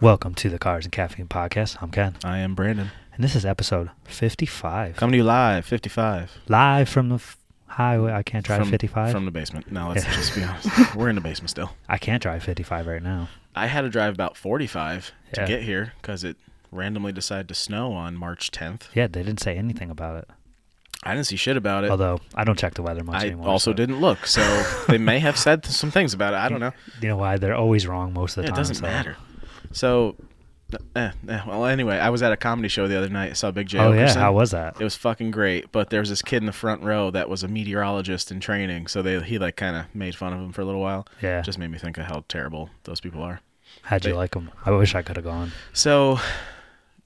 Welcome to the Cars and Caffeine Podcast. I'm Ken, I am Brandon. and this is episode 55. Coming to you live, 55. Live from the f- highway. I can't drive From- 55. From the basement. No, let's Yeah. just be honest. We're in the basement still. I can't drive 55 right now. I had to drive about 45 Yeah. to get here because it randomly decided to snow on March 10th. Yeah, they didn't say anything about it. I didn't see shit about it. Although I don't check the weather much I anymore. also so- didn't look, so they may have said th- some things about it. I don't know. You know why? They're always wrong most of the Yeah, it time. doesn't so- matter. So, eh, eh, well, anyway, I was at a comedy show the other night. Saw Big J. Oh, yeah. Okerson. How was that? It was fucking great, but there was this kid in the front row that was a meteorologist in training, so they he like kind of made fun of him for a little while. Yeah. Just made me think of how terrible those people are. How'd you they- like them? I wish I could have gone. So,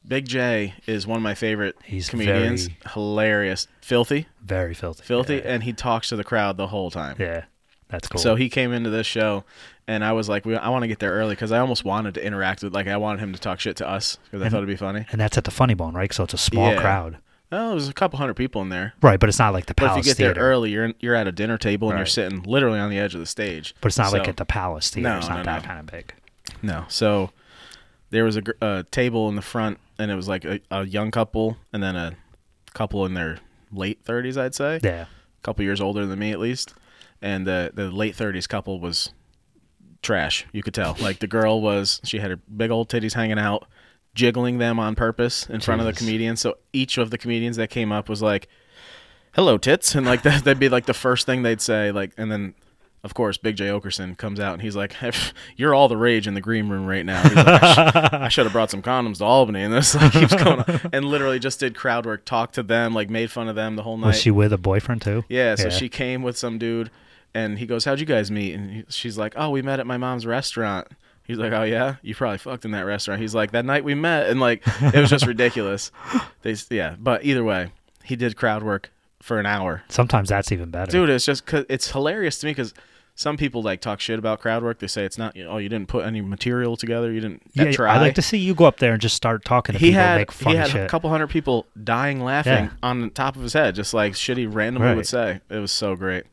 Big J is one of my favorite He's comedians. very- Hilarious, filthy, Very filthy. filthy, Yeah. and he talks to the crowd the whole time. yeah. That's cool. So he came into this show, and I was like, we, I want to get there early because I almost wanted to interact with, like, I wanted him to talk shit to us because I And- thought it'd be funny. and that's at the Funny Bone, right? So it's a small Yeah. crowd. Oh, there's a couple hundred people in there. Right, but it's not like the But Palace if you get Theater. there early, you're in, you're at a dinner table and you're Right. sitting literally on the edge of the stage. but it's not like So- at the Palace Theater. No, it's no, not that no. kind of big. No. So there was a, gr- a table in the front, and it was like a, a young couple, and then a couple in their late 30s, I'd say, Yeah. a couple years older than me at least. And the the late 30s couple was trash. You could tell. Like the girl was, she had her big old titties hanging out, jiggling them on purpose in front of the Jesus. comedians. So each of the comedians that came up was like, "Hello, tits," and like that, that'd be like the first thing they'd say. Like, and then. Of course, Big J Okerson comes out and he's like, "You're all the rage in the green room right now." He's like, I, sh- I should have brought some condoms to Albany, and this like keeps going on. And literally just did crowd work, talked to them, like made fun of them the whole night. Was she with a boyfriend too? Yeah, so she came with some dude, and he goes, "How'd you guys meet?" And he, she's like, "Oh, we met at my mom's restaurant." He's like, "Oh yeah, you probably fucked in that restaurant." He's like, "That night we met," and like it was just ridiculous. They s- yeah, but either way, he did crowd work for an hour. Sometimes that's even better. Dude, it's just 'cause- it's hilarious to me because some people like talk shit about crowd work. They say it's not, you know, oh, you didn't put any material together, you didn't yeah, try. I like to see you go up there and just start talking to he people, had make fun he of had shit. a couple hundred people dying laughing Yeah. on the top of his head, just like shit he randomly Right. would say. It was so great,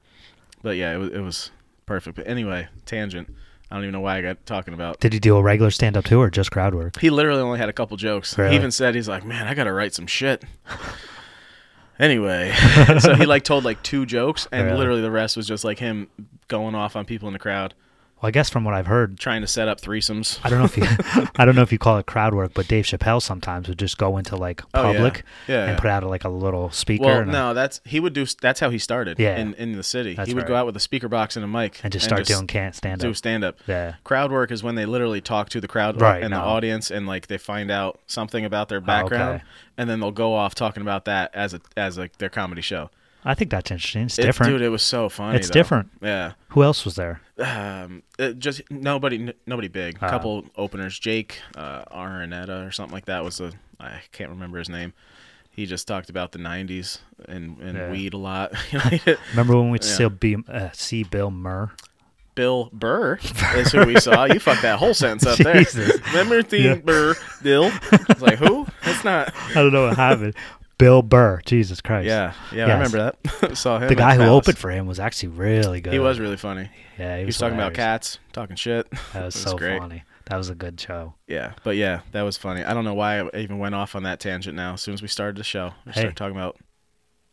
but yeah, it was, it was perfect. But anyway, tangent. I don't even know why I got talking about. Did he do a regular stand up too, or just crowd work? He literally only had a couple jokes. Really? He even said he's like, man, I gotta write some shit. anyway, so he like told like two jokes, and Really? literally the rest was just like him going off on people in the crowd, Well, I guess from what I've heard, trying to set up threesomes. I don't know if you, I don't know if you call it crowd work, but Dave Chappelle sometimes would just go into like Oh, yeah. public Yeah, and yeah. put out like a little speaker Well, and, a- no, that's he would do. That's how he started. Yeah. in, in the city, That's he would go right. out with a speaker box and a mic and just start doing can't stand do up. stand up. Yeah, Crowd work is when they literally talk to the crowd Right, and no. Oh, the audience, and like they find out something about their background, okay. and then they'll go off talking about that as a as like their comedy show. I think that's interesting. It's It- different. dude. It was so funny. It's though. different. Yeah. Who else was there? Um. it just nobody. n- Nobody big. Ah. A couple openers. Jake uh, Araneta or something like that was the. I can't remember his name. He just talked about the '90s and and Yeah. weed a lot. You know, Remember when we'd Yeah. still be uh, see Bill Murr? Bill Burr is who we saw. You fucked that whole sentence up there. Jesus. Remember the Yeah. Burr Bill? It's like who? That's not. I don't know what happened. Bill Burr, Jesus Christ. Yeah, yeah, Yes. I remember that. saw him. the at guy who Palace. opened for him was actually really good. He was really funny. Yeah, He was, talking about hilarious. cats, talking shit. That was, It so great. funny. That was a good show. Yeah, but yeah, that was funny. I don't know why I even went off on that tangent. Now, as soon as we started the show, we Hey. started talking about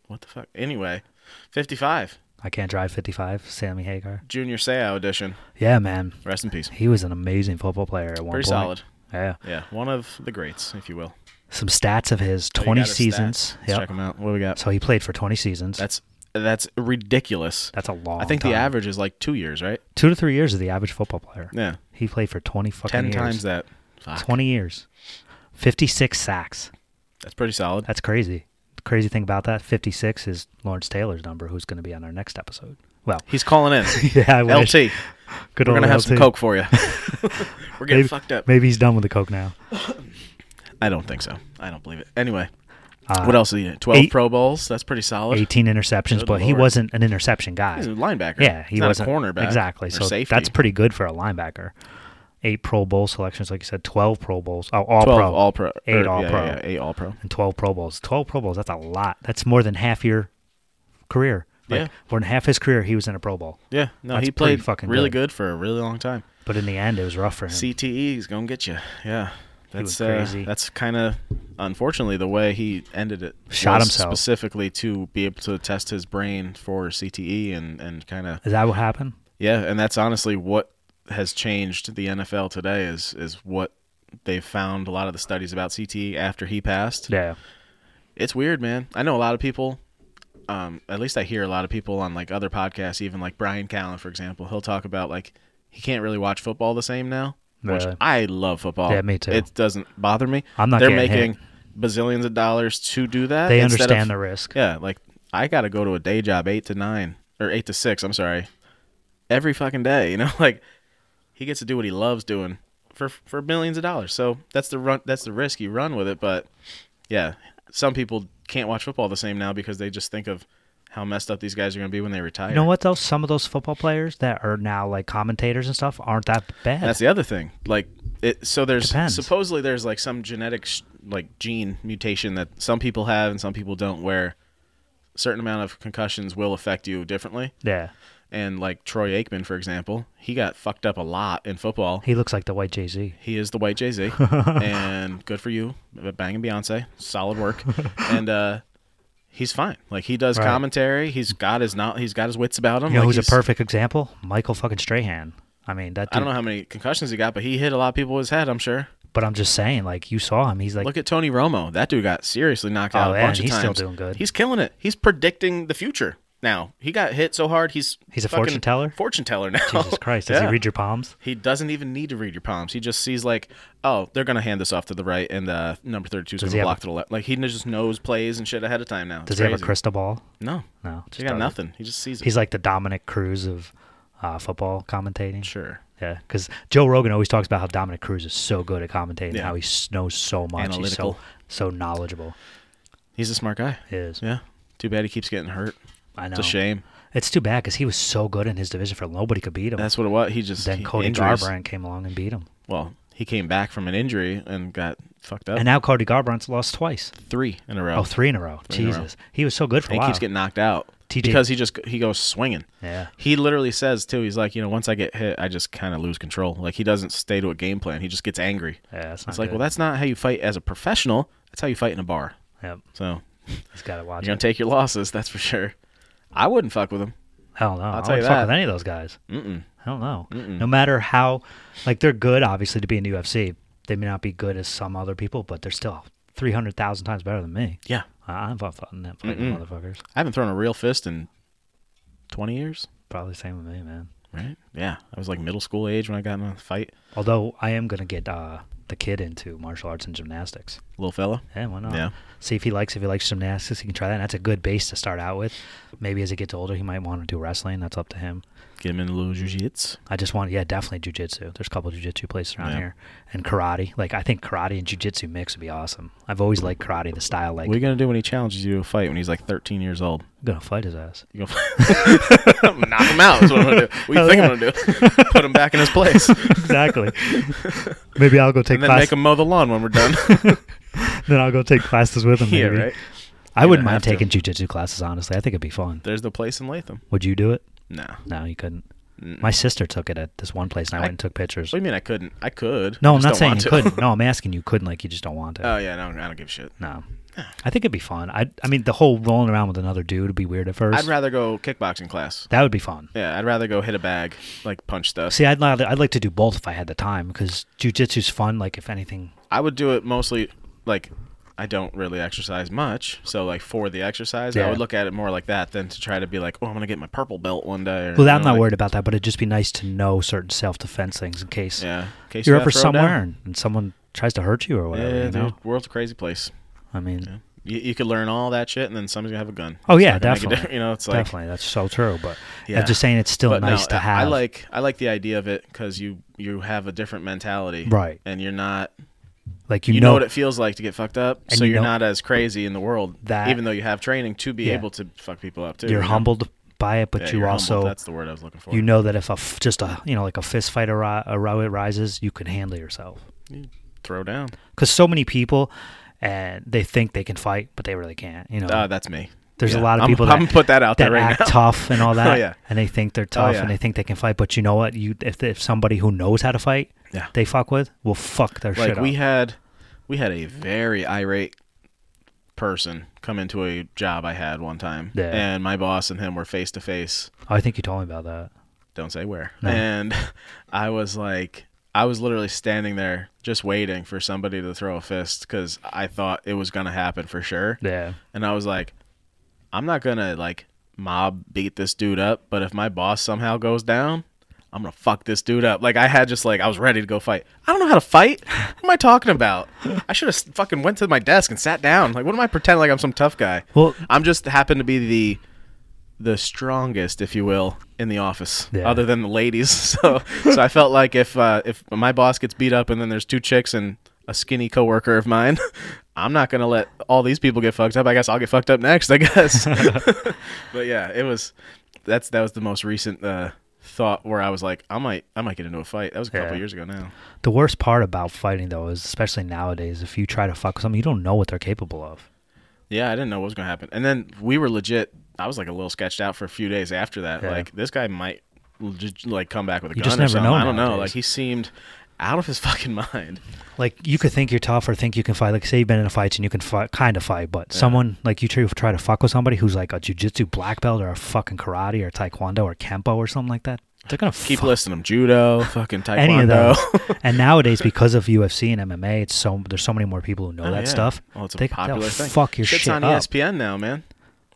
what the fuck. Anyway, fifty-five, I can't drive 55. Sammy Hagar. Junior Seau edition. Yeah, man, Rest in peace. he was an amazing football player at one Pretty point. solid. Yeah, Yeah, one of the greats, if you will. some stats of his. So Oh, you 20 got our seasons. stats. Let's Yep. Check them out. What do we got? So he played for 20 seasons. That's, That's that's ridiculous. a long. I think the time. average is like two years, right? two to three years is the average football player. Yeah, He played for 20 fucking ten years. times that. Fuck. 20 years. 56 sacks. That's pretty solid. That's crazy. The crazy thing about that, 56 is Lawrence Taylor's number, who's going to be on our next episode. Well, He's calling in. yeah, I wish. LT, Good we're old gonna have LT. some coke for you. we're getting Maybe- fucked up. Maybe he's done with the coke now. I don't think so. I don't believe it. Anyway, Uh, what else? Are you? Twelve eight- Pro Bowls. That's pretty solid. 18 interceptions, Good but he lord. wasn't an interception He's a guy. linebacker. Yeah, He's he not wasn't a cornerback. Exactly. or So safety. that's pretty good for a linebacker. Eight Pro Bowl selections, like you said, 12 Pro Bowls. Oh, all twelve pro. All Pro. or- Eight All yeah, Pro. yeah, yeah, eight All Pro. and 12 Pro Bowls. 12 Pro Bowls, that's a lot. That's more than half your career. Like, Yeah. For half his career, he was in a Pro Bowl, Yeah, no, That's he pretty played fucking really good. good. for a really long time. but in the end, it was rough for him. CTE is gonna get you. Yeah, was that's crazy. Uh, that's kind of unfortunately the way he ended it. Shot was himself. specifically to be able to test his brain for CTE and and kind of Is that what happened? yeah, and that's honestly what has changed the NFL today is is what they've found a lot of the studies about CTE after he passed. Yeah. It's weird, man. I know a lot of people. Um, at least I hear a lot of people on like other podcasts, even like Brian Callen, for example. He'll talk about like he can't really watch football the same now. Really? Which I love football. Yeah, me too. It doesn't bother me. I'm not They're getting hit. making bazillions of dollars to do that. They instead understand of, the risk. Yeah, like I got to go to a day job eight to nine or eight to six. I'm sorry, every fucking day. You know, like he gets to do what he loves doing for for millions of dollars. So that's the run. That's the risk you run with it. But yeah, some people can't watch football the same now because they just think of how messed up these guys are going to be when they retire. You know what though? Some of those football players that are now like commentators and stuff aren't that bad. That's the other thing. Like it. So there's Depends. supposedly there's like some genetic sh- like gene mutation that some people have and some people don't. Where certain amount of concussions will affect you differently. yeah. And like Troy Aikman, for example, he got fucked up a lot in football. He looks like the white Jay Z. He is the white Jay Z, and good for you, banging Beyonce. Solid work, and uh, he's fine. Like he does Right. commentary. He's got his not. He's got his wits about him. You know Like, who's a he's- perfect example? Michael fucking Strahan. I mean that. Dude, I don't know how many concussions he got, but he hit a lot of people with his head. I'm sure. But I'm just saying, like you saw him, he's like Look at Tony Romo. That dude got seriously knocked Oh, out a yeah, bunch and of he's times. still doing good. He's killing it. He's predicting the future now. He got hit so hard. He's He's a fucking fortune teller? Fortune teller now. Jesus Christ. Does Yeah. he read your palms? He doesn't even need to read your palms. He just sees like, oh, they're gonna hand this off to the right, and uh, number thirty-two is he gonna have block a- to the left. Like he kn- just knows plays and shit ahead of time now. Does It's he have a crazy. crystal ball? No, No. just he got doesn't. nothing. He just sees it. He's like the Dominic Cruz of uh, football commentating. sure. Yeah, because Joe Rogan always talks about how Dominic Cruz is so good at commentating, Yeah. how he s- knows so much, Analytical. he's so so knowledgeable. He's a smart guy. He is. Yeah. Too bad he keeps getting hurt. I know. It's a shame. It's too bad because he was so good in his division for nobody could beat him. That's what it was. He just then he, Cody injuries- Garbrandt came along and beat him, Well, he came back from an injury and got fucked up. and now Cody Garbrandt's lost twice. three in a row. Oh, three in a row. in a Jesus, row. he was so good for a and while. he keeps getting knocked out TJ because he just he goes swinging. Yeah. He literally says too. He's like, you know, once I get hit, I just kind of lose control. Like he doesn't stay to a game plan. He just gets angry. yeah, that's not It's like, good. well, that's not how you fight as a professional. That's how you fight in a bar. Yep, So he's got to watch you're gonna it. take your losses. That's for sure. I wouldn't fuck with him. Hell no, I'll I tell you wouldn't fuck that. with any of those guys. Mm-mm. I don't know. No matter how, like they're good, obviously, to be in the UFC. They may not be good as some other people, but they're still three hundred thousand times better than me. Yeah, I- I'm not fucking that fucking motherfuckers. I haven't thrown a real fist in 20 years. Probably same with me, man. Right? Yeah, I was like middle school age when I got in a fight. Although I am gonna get uh, the kid into martial arts and gymnastics. Little fella. Yeah, why not? Yeah. See if he likes. If he likes gymnastics, he can try that. And that's a good base to start out with. Maybe as he gets older, he might want to do wrestling. That's up to him. Get him in a little jiu-jitsu. I just want, yeah, definitely jujitsu. There's a couple jujitsu places around Yeah. here, and karate. Like I think karate and jujitsu mix would be awesome. I've always liked karate, the style. Like What are you gonna do when he challenges you to a fight when he's like 13 years old? I'm gonna fight his ass. You gonna knock him out? Is Oh, what I'm gonna do. What do you Hell think Oh, yeah. I'm gonna do? Put him back in his place, and exactly. Maybe I'll go take then class. make him mow the lawn when we're done. Then I'll go take classes with him. yeah, maybe. right. I wouldn't don't mind have to. taking jujitsu classes. Honestly, I think it'd be fun. There's the place in Latham. Would you do it? Nah. No, you couldn't. Mm. My sister took it at this one place, and I, I- went and took pictures. What do you mean I couldn't? I could. No, I I'm just not don't saying want you to. couldn't. No, I'm asking you couldn't. Like you just don't want to. Oh yeah, no, I don't give a shit. no, I think it'd be fun. I, I mean, the whole rolling around with another dude would be weird at 1st I'd rather go kickboxing class. that would be fun. Yeah, I'd rather go hit a bag, like punch stuff. See, I'd li- I'd like to do both if I had the time because jujitsu's fun. Like if anything, I would do it mostly like I don't really exercise much, so like for the exercise, Yeah. I would look at it more like that than to try to be like, oh, I'm gonna get my purple belt one day. Or, well, I'm you know, not like- worried about that. But it'd just be nice to know certain self defense things in case Yeah, in case you're you got ever thrown down. somewhere and, and someone tries to hurt you or Yeah, whatever. you know, dude, world's a crazy place. I mean, You, you could learn all that shit, and then somebody's gonna have a gun. oh It's yeah, not gonna make a definitely. difference, You know, it's like definitely that's so true. But Yeah. I'm just saying, it's still but nice no, to I- have. I like I like the idea of it because you you have a different mentality, Right. And you're not like you, know, what it feels like to get fucked up, And so you you are know- not as crazy in the world. That- even though you have training to be Yeah. able to fuck people up too, you're you know? humbled by it, but Yeah, you you're humbled. also that's the word I was looking for. you know that if a f- just a you know like a fist fight arri- arri- arises, you can handle yourself. You throw down. Because so many people, and they think they can fight, but they really can't. You know, Ah, that's me. There's a lot of I'm- people I'm, that gonna put that out that there right act now. Oh, tough and all that, yeah. Oh, and they think they're tough yeah. and they think they can fight. But you know what? You if if somebody who knows how to fight, Yeah. they fuck with, will fuck their like shit we up. had we had a very irate person come into a job I had one time, Yeah. and my boss and him were face to face. Oh, I think you told me about that. Don't say where. No. And I was like, I was literally standing there just waiting for somebody to throw a fist because I thought it was gonna happen for sure. Yeah, And I was like, I'm not gonna like mob beat this dude up, but if my boss somehow goes down, I'm gonna fuck this dude up. Like I had just like I was ready to go fight. I don't know how to fight. What am I talking about? I should have fucking went to my desk and sat down. Like what am I pretending like I'm some tough guy? Well- I'm just happen to be the the strongest, if you will, in the office, Yeah. other than the ladies. So, so I felt like if uh, if my boss gets beat up and then there's two chicks and a skinny coworker of mine, I'm not gonna let all these people get fucked up. I guess I'll get fucked up next. I guess. but yeah, it was that's that was the most recent uh, thought where I was like, I might I might get into a fight. That was a couple Yeah. years ago now. the worst part about fighting though is especially nowadays, if you try to fuck with someone, you don't know what they're capable of. Yeah, I didn't know what was gonna happen. And then we were legit. I was like a little sketched out for a few days after that. Yeah. Like this guy might legit, like come back with a You gun just or never something. know I don't know. nowadays. Like he seemed out of his fucking mind. Like you could think you're tough or think you can fight. Like say you've been in a fight and you can fight, kind of fight, but someone like you try, try to fuck with somebody who's like a jujitsu black belt or a fucking karate or taekwondo or kempo or something like that. They're gonna Keep fuck listing them: judo, fucking taekwondo. any of those. and nowadays, because of UFC and MMA, it's so there's so many more people who know Oh, that yeah. stuff. Well, it's a They- they'll popular thing. Fuck your Shit's shit on E up. ESPN now, man.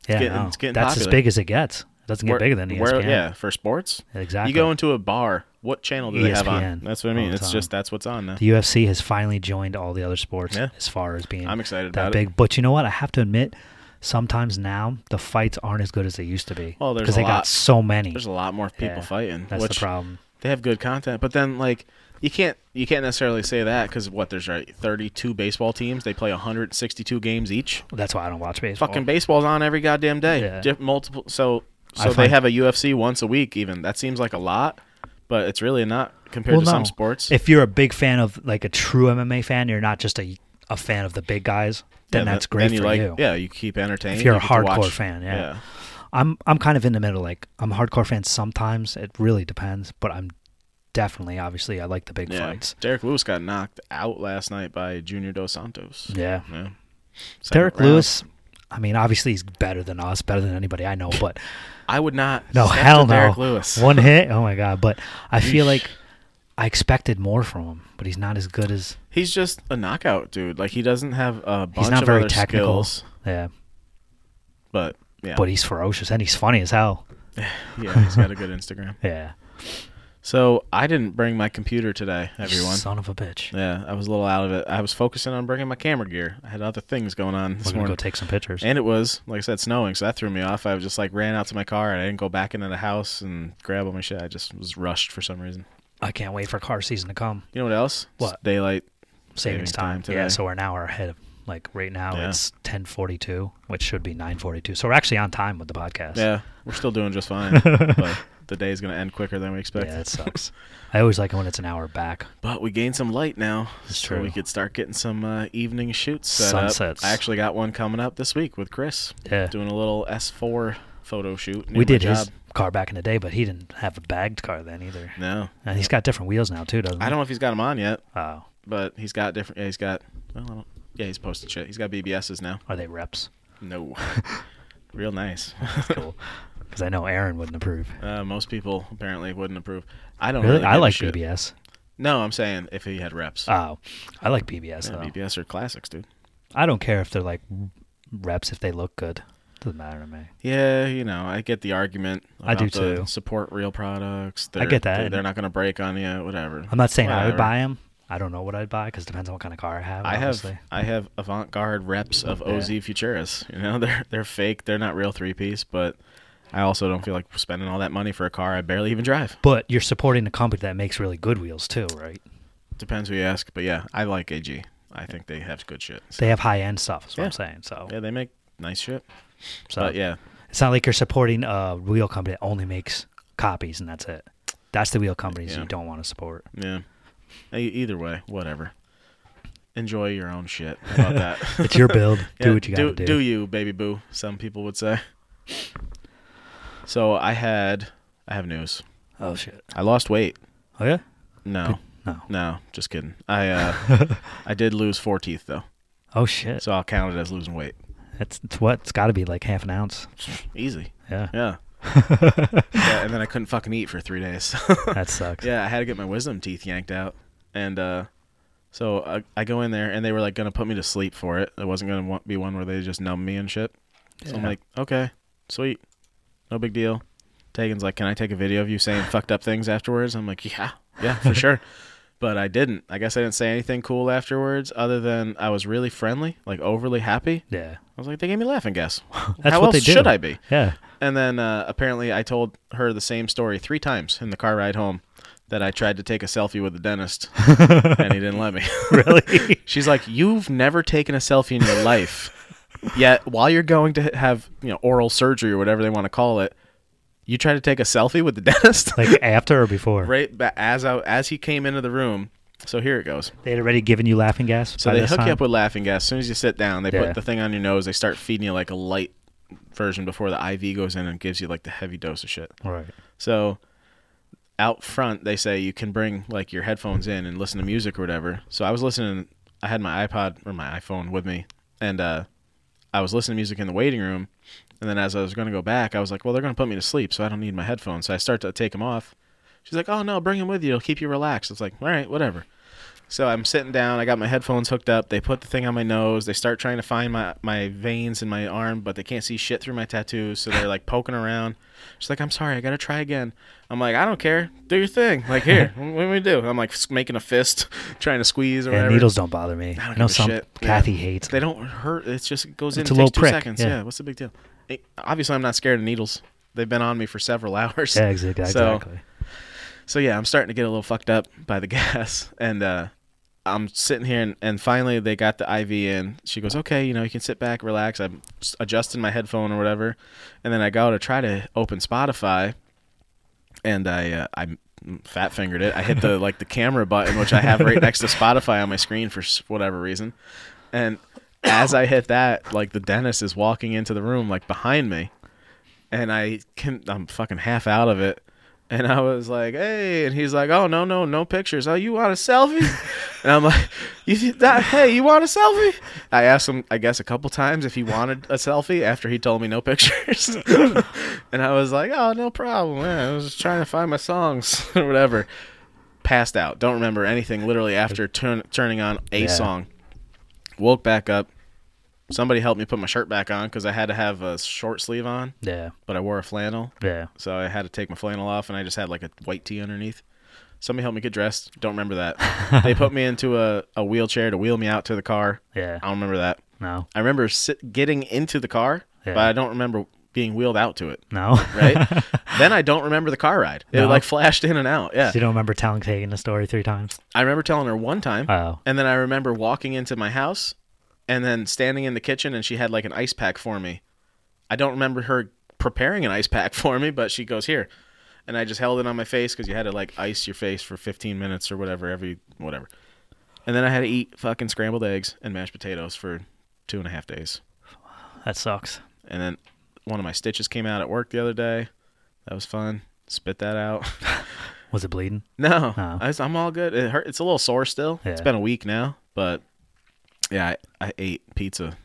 yeah, getting- no. it's getting that's as popular. big as it gets. It doesn't get Where- bigger than E ESPN. where- yeah, for sports. exactly. E You go into a bar. What channel do they have on? ESPN. That's what I All mean. the It's time. just that's what's on now. the UFC has finally joined all the other sports Yeah. as far as being I'm excited that about it. big. But you know what? I have to admit, sometimes now the fights aren't as good as they used to be. Well, there's because a they lot. got so many. There's a lot more people Yeah, fighting. That's which the problem. They have good content, but then like you can't you can't necessarily say that because what there's right 32 baseball teams. They play 162 games each. That's why I don't watch baseball. Fucking baseball's on every goddamn day. Yeah. Diff- multiple. So I so they find- have a UFC once a week. Even that seems like a lot, but it's really not compared Well, to some no. sports. If you're a big fan of like a true MMA fan, you're not just a a fan of the big guys. Then Yeah, that's but great then for like, you. Yeah, you keep entertained. If you're you a get to watch- hardcore fan, yeah. I'm I'm kind of in the middle. Like I'm a hardcore fan sometimes. It really depends, but I'm definitely obviously I like the big yeah. fights. Derek Lewis got knocked out last night by Junior Dos Santos. Yeah. Yeah. Second Mm. Derek round. Lewis, I mean, obviously he's better than us, better than anybody I know, but I would not. no, step to hell no. Derek Lewis. One hit, oh my god, but I feel like I expected more from him, but he's not as good as He's just a knockout dude. Like he doesn't have a bunch he's not of very other technical. skills, Yeah. but yeah, But he's ferocious and he's funny as hell. yeah, he's got a good Instagram. Yeah. So I didn't bring my computer today, everyone. Son of a bitch. Yeah, I was a little out of it. I was focusing on bringing my camera gear. I had other things going on We're this gonna go morning, take some pictures. and it was like I said, snowing, so that threw me off. I was just like ran out to my car, and I didn't go back into the house and grab all my shit. I just was rushed for some reason. I can't wait for car season to come. You know what else? It's What? daylight? savings Savings time time. today. yeah, so we're an hour ahead of like right now Yeah. it's ten forty two, which should be nine forty two. So we're actually on time with the podcast. Yeah, we're still doing just fine, but the day's gonna end quicker than we expected. Yeah, it sucks. I always like it when it's an hour back. But we gained some light now, It's so we true. could start getting some uh, evening shoots set Sunsets. up. I actually got one coming up this week with Chris. Yeah. doing a little S4 photo shoot. near we my did his job. car back in the day, but he didn't have a bagged car then either. No, And he's got different wheels now too, doesn't he? I don't know if he's got them on yet, Oh, but he's got different. Yeah, he's got. Well, I don't, yeah, he's posted shit. He's got BBSs now. are they reps? No, real nice. Cool. Because I know Aaron wouldn't approve. uh, most people apparently wouldn't approve. I don't Really? really. I give a like shit. BBS. No, I'm saying if he had reps. Oh, I like BBS yeah, though. BBS are classics, dude. I don't care if they're like reps if they look good. Doesn't matter to me. Yeah, you know, I get the argument. I do about the too. Support real products. I They're- get that. They're, they're not going to break on you. Whatever. I'm not saying I would Whatever. buy them. I don't know what I'd buy because it depends on what kind of car I have. I obviously. have I have avant garde reps of Yeah. OZ Futuras. You know, they're they're fake. They're not real three piece, but I also don't feel like spending all that money for a car I barely even drive. But you're supporting a company that makes really good wheels too, right? Depends who you ask, but yeah, I like AG. I think they have good shit. So, They have high end stuff. Is what Yeah. I'm saying. So, yeah, they make nice shit. so but yeah, it's not like you're supporting a wheel company that only makes copies and that's it. That's the wheel companies Yeah. you don't want to support. yeah. E- Either way, whatever. enjoy your own shit. How about that? It's your build. do Yeah, what you gotta do. Do you, baby boo? Some people would say. So I had, I have news. Oh shit. I lost weight. Oh yeah. No, No. no, just kidding. I, uh, I did lose four teeth though, Oh shit. so I'll count it as losing weight. That's it's what it's got to be like half an ounce. Easy. Yeah. Yeah. yeah. And then I couldn't fucking eat for three days. That sucks. yeah, I had to get my wisdom teeth yanked out, and uh, so I, I go in there, and they were like gonna put me to sleep for it. It wasn't gonna wa- be one where they just numb me and shit. So I'm Yeah. like, okay, sweet, no big deal. Tegan's like, can I take a video of you saying fucked up things afterwards? I'm like, yeah, yeah, for sure. But I didn't. I guess I didn't say anything cool afterwards, other than I was really friendly, like overly happy. Yeah. I was like, they gave me laughing gas. That's How what else they do. should I be? Yeah. And then uh, apparently, I told her the same story three times in the car ride home that I tried to take a selfie with the dentist and he didn't let me. Really. She's like, "You've never taken a selfie in your life, yet while you're going to have you know oral surgery or whatever they want to call it, you try to take a selfie with the dentist." like after or before. right ba- as I, as he came into the room. So here it goes. They had already given you laughing gas. So by they this hook time? you up with laughing gas. As soon as you sit down, they Yeah. put the thing on your nose. They start feeding you like a light version before the IV goes in and gives you like the heavy dose of shit. Right. So out front, they say you can bring like your headphones in and listen to music or whatever. So I was listening. I had my iPod or my iPhone with me, and uh, I was listening to music in the waiting room. And then as I was going to go back, I was like, "Well, they're going to put me to sleep, so I don't need my headphones." So I start to take them off. She's like, "Oh no, bring them with you. It'll keep you relaxed." It's like, "All right, whatever." So I'm sitting down. I got my headphones hooked up. They put the thing on my nose. They start trying to find my, my veins in my arm, but they can't see shit through my tattoos. So they're like poking around. She's like, I'm sorry. I got to try again. I'm like, I don't care. Do your thing. Like, here, what do we do? I'm like s- making a fist, trying to squeeze or Yeah, whatever. needles don't bother me. I, don't know give a some shit. Yeah. Kathy hates. They don't hurt. It's just, it goes in. It's it a little takes two prick, seconds. yeah. Yeah. What's the big deal? It- obviously, I'm not scared of needles. They've been on me for several hours. yeah, exactly. So, exactly. so yeah, I'm starting to get a little fucked up by the gas, and uh, I'm sitting here, and, and finally they got the IV in. She goes, "Okay, you know, you can sit back, relax." I'm s- adjusting my headphone or whatever, and then I go to try to open Spotify, and I uh, I fat fingered it. I hit the like the camera button, which I have right next to Spotify on my screen for s- whatever reason, and as I hit that, like the dentist is walking into the room, like behind me and I can I'm fucking half out of it. And I was like, "Hey," and he's like, "Oh no, no, no pictures. Oh, you want a selfie?" and I'm like, "You did that? Hey, you want a selfie?" I asked him, I guess, a couple times if he wanted a selfie after he told me no pictures. and I was like, "Oh, no problem. Yeah, I was just trying to find my songs or whatever." Passed out. Don't remember anything. Literally after turn, turning on a Yeah. song, woke back up. Somebody helped me put my shirt back on because I had to have a short sleeve on Yeah. but I wore a flannel, Yeah. so I had to take my flannel off, and I just had like a white tee underneath. Somebody helped me get dressed. Don't remember that. they put me into a, a wheelchair to wheel me out to the car. Yeah. I don't remember that. No. I remember sit, getting into the car, Yeah. but I don't remember being wheeled out to it. No. Right? then I don't remember the car ride. It No. like flashed in and out. Yeah. So you don't remember telling Tegan the story three times? I remember telling her one time, Oh. and then I remember walking into my house and then standing in the kitchen, and she had like an ice pack for me. I don't remember her preparing an ice pack for me, but she goes, Here. And I just held it on my face because you had to like ice your face for 15 minutes or whatever, every whatever. And then I had to eat fucking scrambled eggs and mashed potatoes for two and a half days. That sucks. And then one of my stitches came out at work the other day. That was fun. Spit that out. Was it bleeding? No, Oh. I, am all good. It hurt. It's a little sore still. It's Yeah. been a week now, but yeah, I, I ate pizza.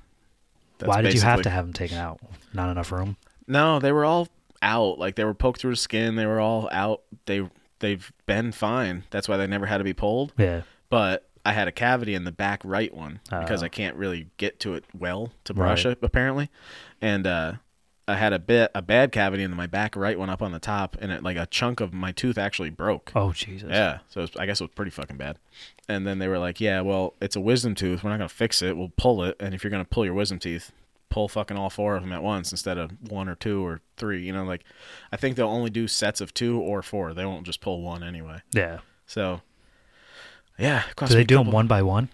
That's Why did you have to basically- have him taken out? Not enough room. No, they were all out. Like they were poked through the skin. They were all out. They they've been fine. That's why they never had to be pulled. Yeah. But I had a cavity in the back right one because Oh. I can't really get to it well to brush Right. it apparently, and uh, I had a bit a bad cavity in my back right one up on the top, and it like a chunk of my tooth actually broke. Oh Jesus. Yeah. So it's I guess it was pretty fucking bad. And then they were like, yeah, well, it's a wisdom tooth. We're not going to fix it. We'll pull it. And if you're going to pull your wisdom teeth, pull fucking all four of them at once instead of one or two or three. You know, like I think they'll only do sets of two or four. They won't just pull one anyway. Yeah. So, yeah. it cost Do me they a do them couple- one by one?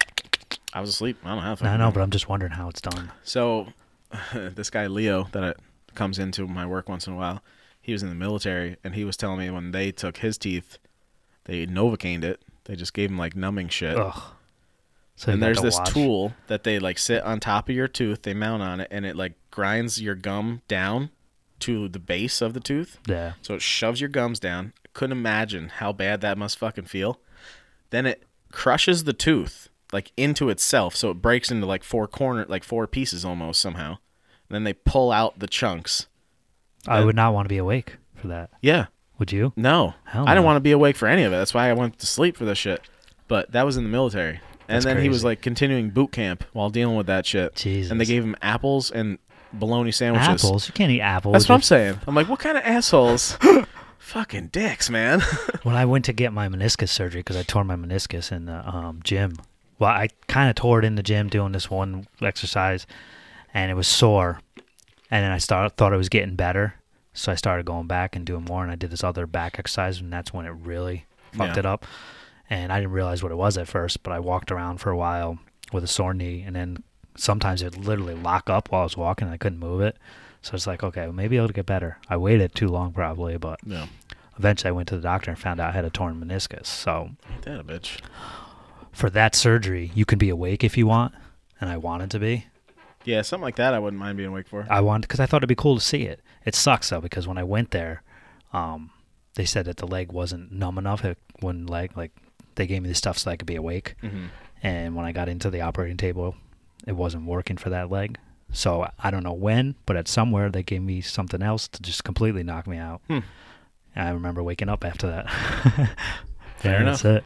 I was asleep. I don't know. how to I fucking know, but I'm just wondering how it's done. So, this guy Leo that I, comes into my work once in a while, he was in the military, and he was telling me when they took his teeth, they novocained it. They just gave him like numbing shit. Ugh. So you and got there's to this watch. tool that they like sit on top of your tooth, they mount on it, and it like grinds your gum down to the base of the tooth. Yeah. So it shoves your gums down. Couldn't imagine how bad that must fucking feel. Then it crushes the tooth like into itself, so it breaks into like four corner, like four pieces almost somehow. And then they pull out the chunks. I would not want to be awake for that. Yeah, Would you? no, Hell I don't no. want to be awake for any of it. That's why I went to sleep for this shit. But that was in the military, and That's then he was crazy. like continuing boot camp while dealing with that shit. Jesus. And they gave him apples and bologna sandwiches. Apples? You can't eat apples. That's what I'm saying. I'm like, what kind of assholes? Fucking dicks, man. when I went to get my meniscus surgery because I tore my meniscus in the um, gym. Well, I kind of tore it in the gym doing this one exercise, and it was sore. And then I started thought it was getting better, so I started going back and doing more. And I did this other back exercise, and that's when it really fucked Yeah. it up. And I didn't realize what it was at first, but I walked around for a while with a sore knee, and then sometimes it literally lock up while I was walking, and I couldn't move it. So it's like, okay, well, maybe it'll get better. I waited too long, probably, but no, Eventually, I went to the doctor and found out I had a torn meniscus. So, ain't that a bitch? for that surgery, you can be awake if you want, and I wanted to be. Yeah, something like that. I wouldn't mind being awake for. I wanted because I thought it'd be cool to see it. It sucks though because when I went there, um, they said that the leg wasn't numb enough. It one leg, like they gave me the stuff so I could be awake. Mhm. And when I got into the operating table, it wasn't working for that leg. So I don't know when, but at somewhere they gave me something else to just completely knock me out. Hmm. And I remember waking up after that. Fair Yeah, that's it.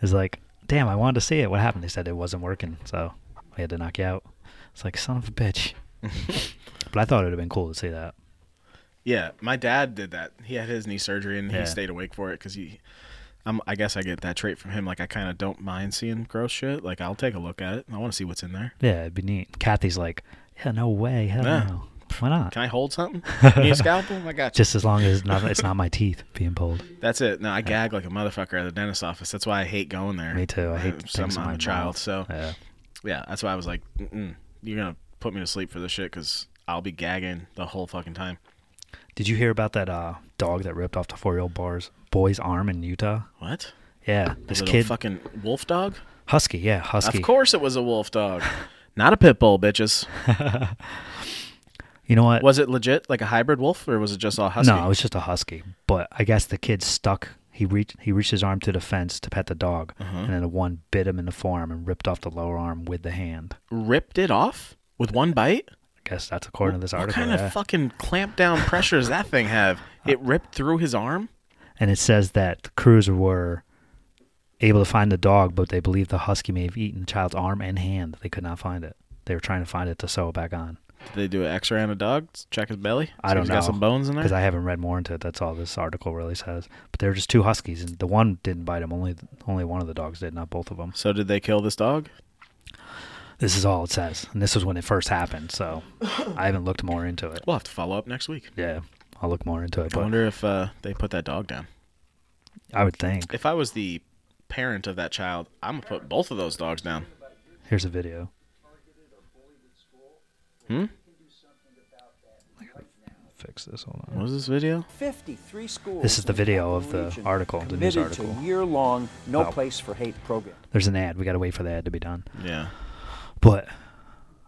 It's like, damn, I wanted to see it. What happened? They said it wasn't working, so we had to knock you out. It's like son of a bitch. But I thought it would have been cool to see that. Yeah, my dad did that. He had his knee surgery and Yeah. he stayed awake for it because he. I'm, I guess I get that trait from him. Like I kind of don't mind seeing gross shit. Like I'll take a look at it. I want to see what's in there. Yeah, it'd be neat. Kathy's like, yeah, no way, hell Yeah. no. Why not? Can I hold something? You need a scalpel? I got you. Just as long as not, it's not my teeth being pulled. That's it. No, I gag like a motherfucker at the dentist's office. That's why I hate going there. Me too. I hate things I'm, in I'm my a child, mouth. so Yeah, yeah. That's why I was like, Mm-mm, you're gonna put me to sleep for this shit because I'll be gagging the whole fucking time. Did you hear about that uh, dog that ripped off the four-year-old bar's boy's arm in Utah? What? Yeah, The this little kid, fucking wolf dog? husky. Yeah, husky. Of course, it was a wolf dog, not a pit bull, bitches. You know what? Was it legit, like a hybrid wolf, or was it just all husky? No, it was just a husky. But I guess the kid stuck. He reached he reached his arm to the fence to pet the dog, Uh-huh. and then the one bit him in the forearm and ripped off the lower arm with the hand. ripped it off with one bite. I guess that's according to this What article. kind yeah. of fucking clamp down pressure does that thing have? Uh, It ripped through his arm. and it says that the crews were able to find the dog, but they believe the husky may have eaten the child's arm and hand. They could not find it. They were trying to find it to sew it back on. Did they do an X-ray on a dog? Check his belly. I See if don't he's know. Got some bones in there. Because I haven't read more into it. That's all this article really says. But they were just two huskies, and the one didn't bite him. Only only one of the dogs did, not both of them. So did they kill this dog? This is all it says, and this was when it first happened. So I haven't looked more into it. We'll have to follow up next week. Yeah, I'll look more into it. I But wonder if uh, they put that dog down. I would think If I was the parent of that child, I'm gonna put both of those dogs down. here's a video. Hmm? Fix this. Hold on. What was this video? 53 schools. This is the in video Capital of the Region article, the news committed to article. year-long No Oh. Place for Hate program. There's an ad. We gotta wait for the ad to be done. Yeah. But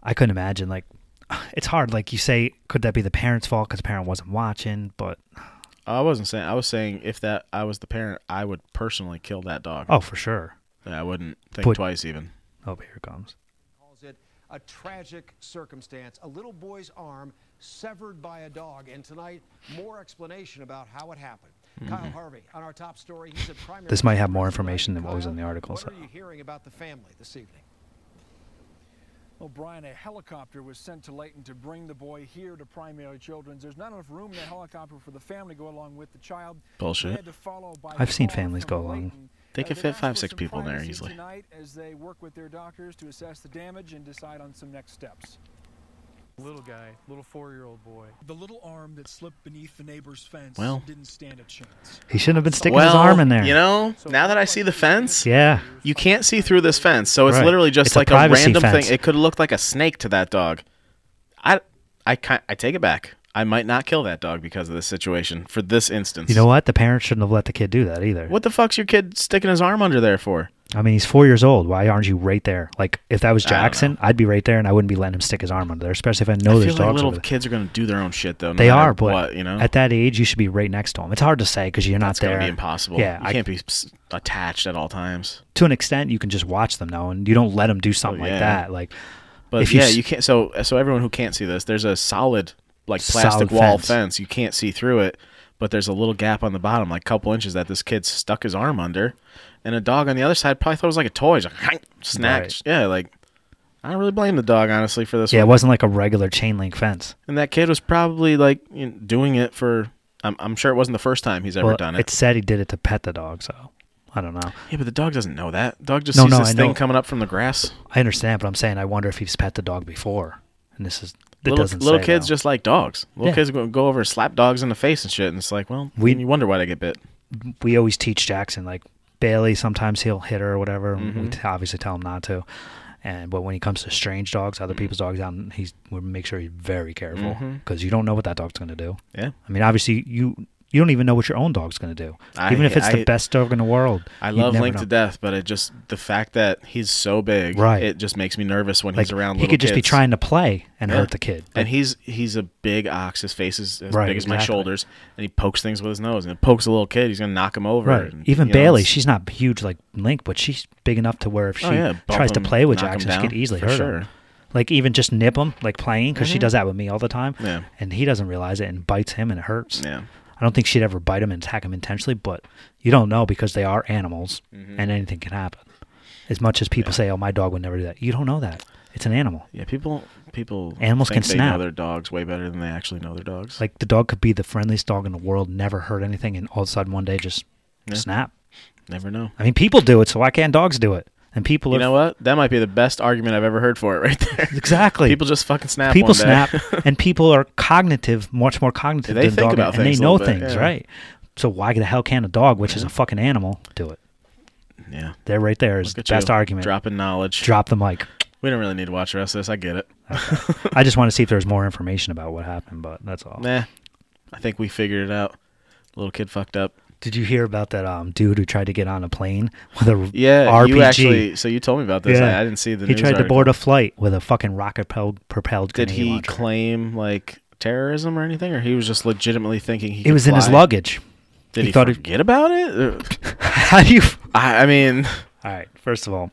I couldn't imagine. Like, it's hard. Like you say, could that be the parents' fault because the parent wasn't watching? But I wasn't saying. I was saying if that I was the parent, I would personally kill that dog. oh, for sure. I wouldn't think Put- twice even. Oh, here it comes. calls it a tragic circumstance. A little boy's arm severed by a dog. And tonight, more explanation about how it happened. Kyle Harvey on our top story. He's a primary. Mm-hmm. This might have more source tonight. information than what was Kyle, in the article, What so- are you hearing about the family this evening? Well, Brian, a helicopter was sent to Layton to bring the boy here to Primary Children's. There's not enough room in the helicopter for the family to go along with the child. They Bullshit. had to follow by I've seen car families from go along. Layton. They Uh, could they've fit asked five, for six some people in there privacy easily. Tonight, as they work with their doctors to assess the damage and decide on some next steps. Little guy, little four-year-old boy. The little arm that slipped beneath the neighbor's fence Well. didn't stand a chance. He shouldn't have been sticking well, his arm in there. You know, now that I see the fence, Yeah. you can't see through this fence, so it's Right. literally just It's a like a, privacy random fence. thing. It could have looked like a snake to that dog. I, I, ki- I take it back. I might not kill that dog because of this situation for this instance. You know what? The parents shouldn't have let the kid do that either. What the fuck's your kid sticking his arm under there for? I mean, he's four years old. Why aren't you right there? Like, if that was don't know. Jackson, I'd be right there, and I wouldn't be letting him stick his arm under there, especially if I know I there's feel like dogs. little over there. kids are gonna do their own shit though. no They matter are, but what, you know, at that age, you should be right next to him. It's hard to say because you're not it's there. gonna be impossible. Yeah, you I- can't be s- attached at all times. to an extent, you can just watch them though, and you don't let them do something yeah. like that. Like, But If you yeah, s- you can't. So so everyone who can't see this, there's a solid like plastic Solid wall fence. fence. You can't see through it, but there's a little gap on the bottom, like a couple inches, that this kid stuck his arm under, and a dog on the other side probably thought it was like a toy. He's like "Hank," snagged. Right. Yeah, like I don't really blame the dog honestly for this yeah, it one. wasn't like a regular chain link fence. And that kid was probably like you know, doing it for. I'm, I'm sure it wasn't the first time he's ever well, done it said he did it to pet the dog, so I don't know. Yeah, but the dog doesn't know that. Dog just No, sees no, this I thing know. coming up from the grass. I understand, but I'm saying I wonder if he's pet the dog before, and this is it little doesn't little say, kids though. just like dogs. Little Yeah. kids go, go over and slap dogs in the face and shit, and it's like, well, We- then you wonder why they get bit. we always teach Jackson like Bailey. Sometimes he'll hit her or whatever. and Mm-hmm. We t- obviously tell him not to. And but when he comes to strange dogs, Mm-hmm. other people's dogs, out, he's we make sure he's very careful because you don't know what that dog's going to do. Yeah, I mean, obviously you you don't even know what your own dog's going to do, I- even if it's I- the best dog in the world. I you'd love never Link know. to death, but it just the fact that he's so big, Right. It just makes me nervous when Like he's around. he little could just be kids. trying to play and Yeah. hurt the kid. And he's he's a big ox. His face is as Right, big as my exactly. shoulders, and he pokes things with his nose. And it pokes a little kid, he's gonna knock him over. Right. and, Even you know, Bailey, it's- she's not huge like Link, but she's big enough to where if she Oh, yeah, bump tries to him, play with knock him Jackson, she could down, easily for hurt sure. him. Like even just nip him, like playing, because she does that with me all the time. Mm-hmm. Yeah. And he doesn't realize it and bites him and it hurts. yeah. I don't think she'd ever bite him and attack him intentionally, but you don't know because they are animals Mm-hmm. and anything can happen. As much as people say, "Oh, my dog would never do that," you don't know that. It's an animal. Yeah, people people Animals think can they know snap. their dogs way better than they actually know their dogs. Like the dog could be the friendliest dog in the world, never hurt anything, and all of a sudden one day just snap. Never know. I mean, people do it, so why can't dogs do it? And people are You know what? That might be the best argument I've ever heard for it right there. Exactly. People just fucking snap. people one day. snap, and people are cognitive, much more cognitive They than think dog, about and they things a know little bit, things, yeah. right? So why the hell can't a dog, which is a fucking animal, do it? yeah. There, right there is Look the at best you, argument. Dropping knowledge. Drop the mic. We don't really need to watch the rest of this. I get it. I just want to see if there's more information about what happened, but that's all. Nah. I think we figured it out. Little kid fucked up. Did you hear about that um, dude who tried to get on a plane with a Yeah, RPG? you actually. So you told me about this. Yeah. I, I didn't see the. he news tried to article. board a flight with a fucking rocket propelled propelled Did grenade he launcher. claim like terrorism or anything, or he was just legitimately thinking he? it could was in his fly? luggage. Did he he, thought he- forget about it? Uh, How do you? I, I mean, All right. First of all,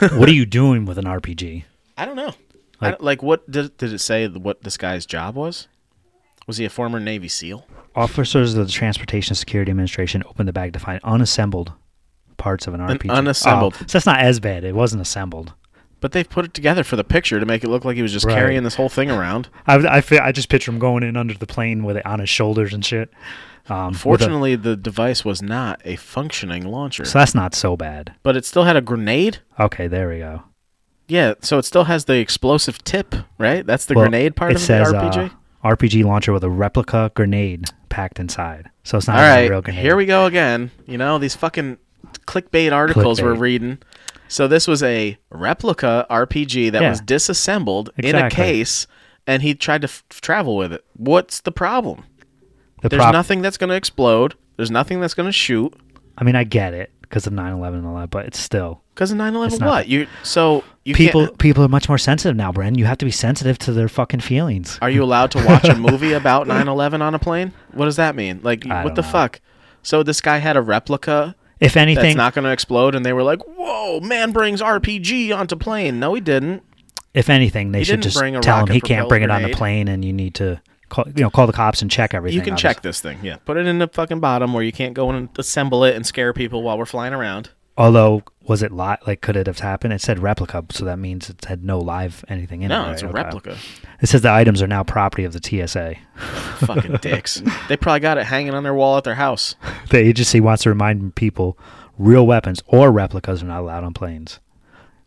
what are you doing with an RPG? I don't know. I don't- Like, what did did it say? What this guy's job was? Was he a former Navy SEAL? Officers of the Transportation Security Administration opened the bag to find unassembled parts of an RPG. Oh, unassembled. so that's not as bad. It wasn't assembled. But they've put it together for the picture to make it look like he was just Right. carrying this whole thing around. I, I, fe- I just picture him going in under the plane with it on his shoulders and shit. Um, with a- Fortunately, the device was not a functioning launcher, so that's not so bad. but it still had a grenade. Okay, there we go. Yeah, so it still has the explosive tip, right? That's the Well, grenade part it of says, the RPG. uh, RPG launcher with a replica grenade packed inside. So it's not All even right, a real grenade. here we go again. You know these fucking clickbait articles we're Clickbait. reading. So this was a replica RPG that Yeah. was disassembled in a Exactly. case, and he tried to f- travel with it. What's the problem? The There's prop- nothing that's going to explode. There's nothing that's going to shoot. I mean, I get it because of 9-11 and all that, but it's still. Because of 9/11, It's not- what you so you people can't, people are much more sensitive now, Bren. You have to be sensitive to their fucking feelings. Are you allowed to watch a movie about 9/11 on a plane? What does that mean? Like, I what don't the know. fuck? So this guy had a replica If that's anything, not going to explode, and they were like, "Whoa, man brings RPG onto plane." No, he didn't. if anything, they He should didn't just bring a tell him he rocket-propelled can't bring it on the grenade. plane, and you need to call you know call the cops and check everything. You can obviously. check this thing. Yeah, put it in the fucking bottom where you can't go in and assemble it and scare people while we're flying around. Although, was it li Like, could it have happened? It said replica, so that means it had no live anything in it. No, right? it's a Okay. replica. It says the items are now property of the TSA. fucking dicks. They probably got it hanging on their wall at their house. The agency wants to remind people real weapons or replicas are not allowed on planes.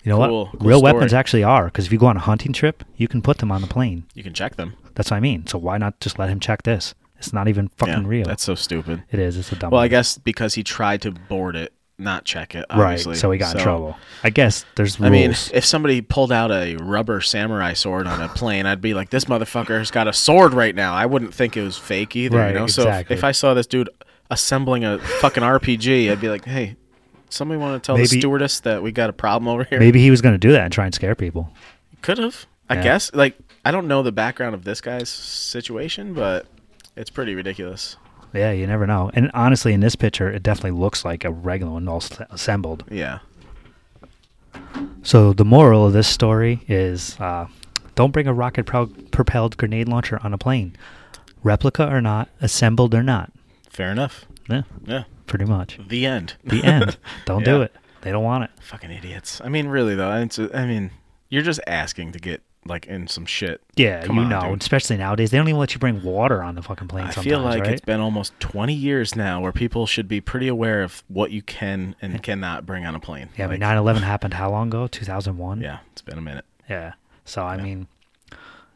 You know Cool, what? cool real story. weapons actually are, because if you go on a hunting trip, you can put them on the plane. You can check them. That's what I mean. So why not just let him check this? It's not even fucking yeah, real. That's so stupid. It is. It's a dumb. Well, I idea. guess because he tried to board it, not check it. Right. Obviously. So he got in trouble. I guess there's rules. I mean, if somebody pulled out a rubber samurai sword on a plane, I'd be like, "This motherfucker's got a sword right now." I wouldn't think it was fake either, Right, you know. So exactly. if, if I saw this dude assembling a fucking RPG, I'd be like, "Hey, somebody want to tell the Maybe- stewardess that we got a problem over here? Maybe he was going to do that and try and scare people. Could have. I Yeah. guess. Like, I don't know the background of this guy's situation, but it's pretty ridiculous. Yeah, you never know. And honestly, in this picture, it definitely looks like a regular one all s- assembled. Yeah. So the moral of this story is uh, don't bring a rocket pro- propelled grenade launcher on a plane. Replica or not, assembled or not. Fair enough. Yeah, Yeah. pretty much. The end. The end. Don't do Yeah. it. They don't want it. Fucking idiots. I mean, really though. It's a, I mean, you're just asking to get like in some shit. Yeah, Come you on, know, dude. especially nowadays, they don't even let you bring water on the fucking plane I sometimes, feel like right? it's been almost 20 years now where people should be pretty aware of what you can and cannot bring on a plane. yeah, Like, but 9 11 happened how long ago? 2001? yeah, it's been a minute. Yeah. So, I mean,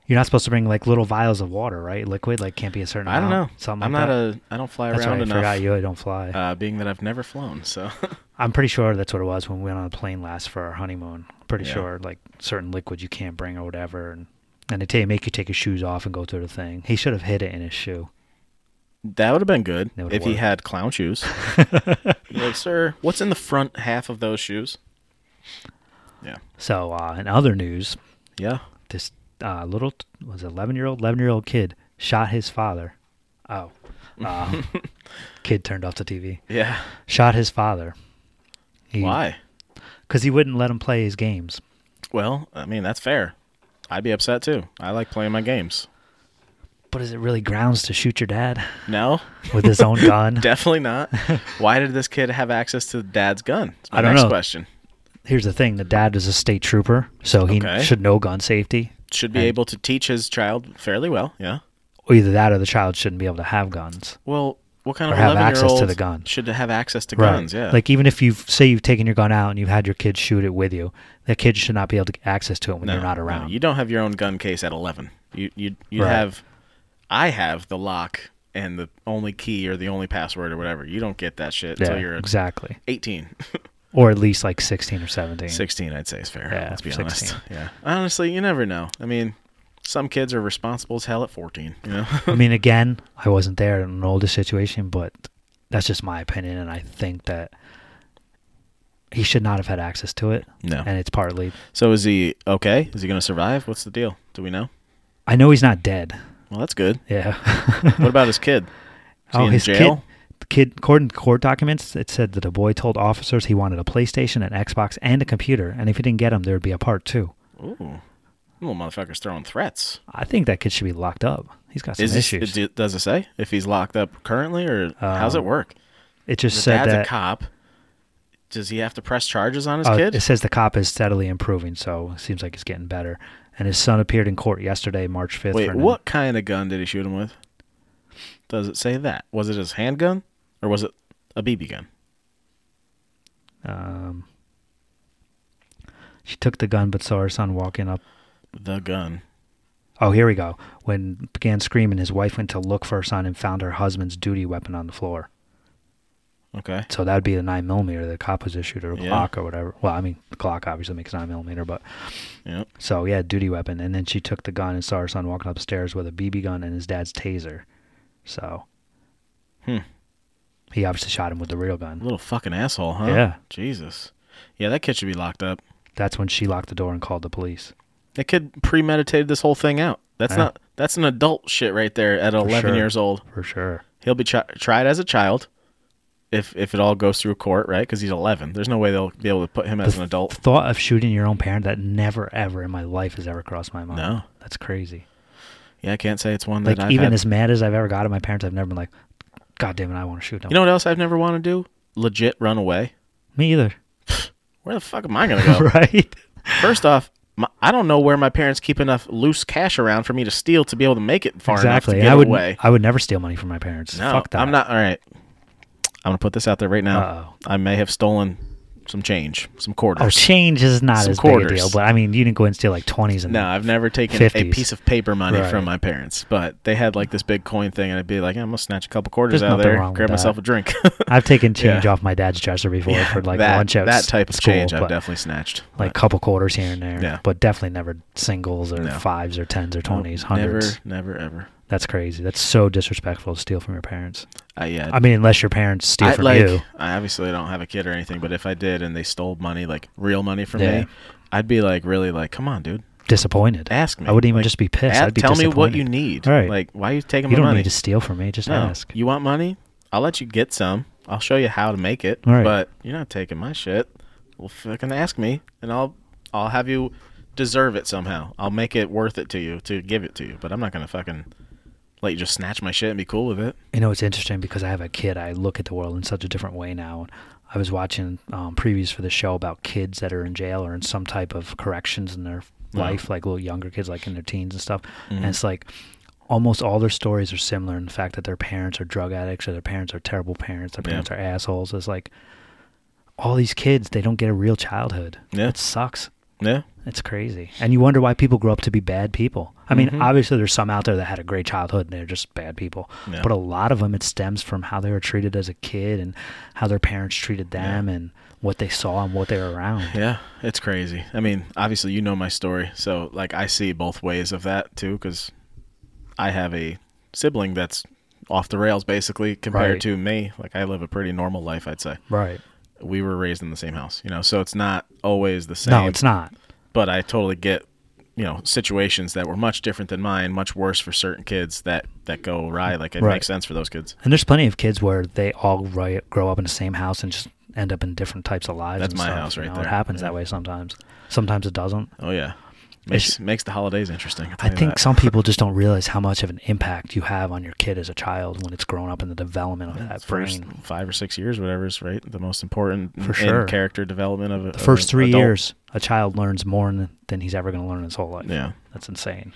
you're not supposed to bring like little vials of water, right? Liquid, like, can't be a certain I don't know. amount, Something I'm like not that. a. I don't fly That's around right. I enough. forgot you. I don't fly. Uh, being that I've never flown, so I'm pretty sure that's what it was when we went on a plane last for our honeymoon. Pretty Yeah. sure, like certain liquids you can't bring or whatever, and and they tell you make you take your shoes off and go through the thing. He should have hid it in his shoe. that would have been good That would've if he worked. had clown shoes. like, sir, what's in the front half of those shoes? So uh, in other news, Yeah, this uh, little t- was 11 year old 11 year old kid shot his father. Oh, uh, kid turned off the TV. yeah. Shot his father. He, Why? Because he wouldn't let him play his games. Well, I mean that's fair. I'd be upset too. I like playing my games. But is it really grounds to shoot your dad No, with his own gun? definitely not. Why did this kid have access to dad's gun? It's my I don't next know. question. here's the thing the dad is a state trooper so he Okay. should know gun safety Should be And- able to teach his child fairly well. Yeah. Or either that or the child shouldn't be able to have guns Well, what kind Or of have access to eleven-year-old the gun. should have access to guns? Yeah. like even if you've say you've taken your gun out and you've had your kid shoot it with you that kid should not be able to get access to it when No, you're not no, around you don't have your own gun case at eleven. You you you Right. have. I have the lock and the only key or the only password or whatever. You don't get that shit yeah until you're exactly 18. or at least like 16 or 17 16 i'd say is fair Yeah, let's be 16. honest yeah honestly you never know i mean some kids are responsible as hell at 14 you know i mean again i wasn't there in an older situation but that's just my opinion and i think that he should not have had access to it no and it's partly so is he okay is he gonna survive what's the deal do we know i know he's not dead well that's good yeah what about his kid is he in jail kid, the kid. According to court documents, it said that the boy told officers he wanted a PlayStation, an Xbox, and a computer, and if he didn't get them, there would be a part two. ooh little motherfucker's throwing threats I think that kid should be locked up. He's got some is this, issues. It, it- does it say if he's locked up currently or how's it Um, work the just said dad's a that. cop does he have to press charges on his uh, kid it says the cop is steadily improving, so it seems like he's getting better. And his son appeared in court yesterday, March fifth. Wait, what kind of gun did he shoot him with? Does it say that? Was it his handgun or was it a BB gun? Um, she took the gun, but saw her son walking up The gun. Oh, here we go. When began screaming, his wife went to look for her son and found her husband's duty weapon on the floor. Okay. So that'd be the nine millimeter the cop was issued or a Yeah. clock or whatever. Well, I mean the clock obviously makes nine millimeter, but Yep. so yeah, duty weapon. And then she took the gun and saw her son walking upstairs with a BB gun and his dad's taser. So Hmm. he obviously shot him with the real gun. Little fucking asshole, huh? Yeah. Jesus. Yeah, that kid should be locked up. That's when she locked the door and called the police. That kid premeditated this whole thing out. That's Yeah. not. That's an adult shit right there at 11 sure. years old. For sure. He'll be tri- tried as a child. If, if it all goes through court, right? Because he's 11. There's no way they'll be able to put him as an The adult. thought of shooting your own parent that never ever in my life has ever crossed my mind. No. That's crazy. Yeah, I can't say it's one that Like I've even had as mad as I've ever got at my parents, I've never been like, God damn it, I want to shoot them. You know what else I've never wanted to do? Legit run away. Me either. Where the fuck am I gonna go? right? First off, my, I don't know where my parents keep enough loose cash around for me to steal to be able to make it far exactly. And enough to get I would away. I would never steal money from my parents. No, Fuck that. I'm not. All right, I'm gonna put this out there right now. Uh-oh. I may have stolen some change, some quarters. Oh, change is not Some as big a deal, quarters. but I mean, you didn't go and steal like twenties and no, I've never taken a 50s. piece of paper money Right. from my parents, but they had like this big coin thing, and I'd be like, I'm gonna snatch a couple quarters There's out of nothing there, wrong with grab myself that. a drink. I've taken change Yeah. off my dad's dresser before Yeah, for like that, lunch at that s- type of school, change, I've but definitely snatched. like couple quarters here and there, Yeah. but definitely never singles or No. fives or tens or Nope, twenties, hundreds. Never, never, ever. That's crazy. That's so disrespectful to steal from your parents. I, yeah, I mean, unless your parents steal I, from like, you. I obviously don't have a kid or anything, but if I did and they stole money, like real money from Yeah. me, I'd be like, really, like, come on, dude, Disappointed. ask me. I wouldn't even Like, just be pissed. a- I'd be tell me what you disappointed. need. Right. Like, why are you taking You my don't money? need to steal from me. Just no. ask. You want money? I'll let you get some. I'll show you how to make it. Right. But you're not taking my shit. Well, fucking ask me, and I'll I'll have you deserve it somehow. I'll make it worth it to you to give it to you. But I'm not gonna fucking let you just snatch my shit and be cool with it. You know, it's interesting because I have a kid. I look at the world in such a different way now. I was watching um, previews for the show about kids that are in jail or in some type of corrections in their Yeah. life, like little younger kids, like in their teens and stuff. And it's like almost all their stories are similar in the fact that their parents are drug addicts or their parents are terrible parents, their Yeah. parents are assholes. It's like all these kids, they don't get a real childhood. Yeah. It sucks. Yeah. It's crazy. And you wonder why people grow up to be bad people. I mean, Mm-hmm. obviously, there's some out there that had a great childhood and they're just bad people. Yeah. But a lot of them, it stems from how they were treated as a kid and how their parents treated them and what they saw and what they were around. Yeah, it's crazy. I mean, obviously you know my story, so like I see both ways of that too cuz I have a sibling that's off the rails basically compared Right. to me. Like I live a pretty normal life, I'd say. Right. We were raised in the same house, you know, so it's not always the same. No, it's not. But I totally get, you know, situations that were much different than mine, much worse for certain kids that that go awry. Like it Right. makes sense for those kids. And there's plenty of kids where they all ri- grow up in the same house and just end up in different types of lives. That's and my stuff, house you right know? there. It happens Yeah. that way sometimes. Sometimes it doesn't. Oh yeah. Makes makes the holidays interesting. I'll I tell you think that. some people just don't realize how much of an impact you have on your kid as a child when it's growing up in the development of that first brain. five or six years, whatever is right, the most important For in sure. character development of a, The first three years, a child learns more n- than he's ever going to learn in his whole life. Yeah, That's insane.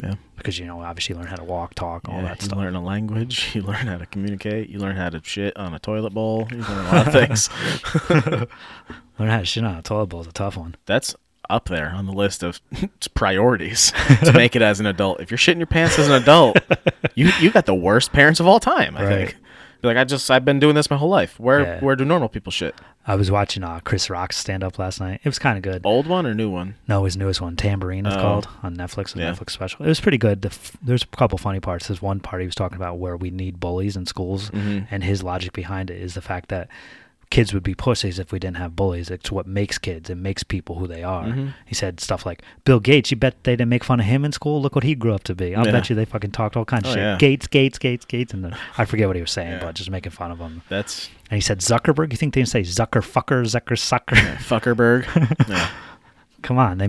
yeah. Because, you know, obviously you learn how to walk, talk, all Yeah, that you stuff. learn a language. You learn how to communicate. You learn how to shit on a toilet bowl. You learn a lot of things. Learn how to shit on a toilet bowl is a tough one. That's up there on the list of priorities to make it as an adult. If you're shitting your pants as an adult, you you got the worst parents of all time. I Right. think. Be Like I just I've been doing this my whole life. Where Yeah. where do normal people shit? I was watching uh, Chris Rock's stand up last night. It was kind of good. Old one or new one? No, his newest one, Tambourine, is Oh. called on Netflix. His Yeah. Netflix special. It was pretty good. The f- there's a couple funny parts. There's one part he was talking about where we need bullies in schools, Mm-hmm. and his logic behind it is the fact that kids would be pussies if we didn't have bullies. It's what makes kids. It makes people who they are. Mm-hmm. He said stuff like Bill Gates. You bet they didn't make fun of him in school. Look what he grew up to be. I will Yeah. bet you they fucking talked all kinds of Oh, shit. yeah. Gates, Gates, Gates, Gates, and then I forget what he was saying, Yeah. but just making fun of him. That's And he said Zuckerberg. You think they didn't say Zucker fucker, Zucker sucker? Fuckerberg. yeah. come on they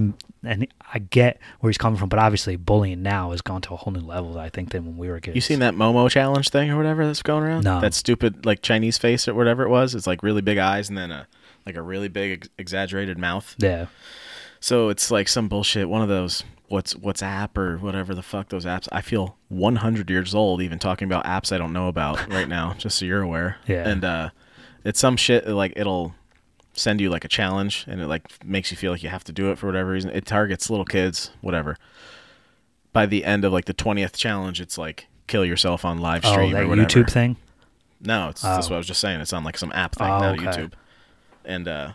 and i get where he's coming from but obviously bullying now has gone to a whole new level i think than when we were kids You seen that Momo challenge thing or whatever that's going around? No. That stupid like Chinese face or whatever it was. It's like really big eyes and then a like a really big ex- exaggerated mouth. yeah So it's like some bullshit. One of those what's WhatsApp or whatever the fuck those apps. I feel 100 years old even talking about apps I don't know about right now. Just so you're aware. Yeah. And uh, it's some shit that, like it'll send you like a challenge and it like makes you feel like you have to do it for whatever reason. It targets little kids, whatever. By the end of like the 20th challenge, it's like kill yourself on live oh stream that or whatever. youtube thing No, it's that's what I was just saying. It's on like some app thing, Oh, not okay. YouTube. And uh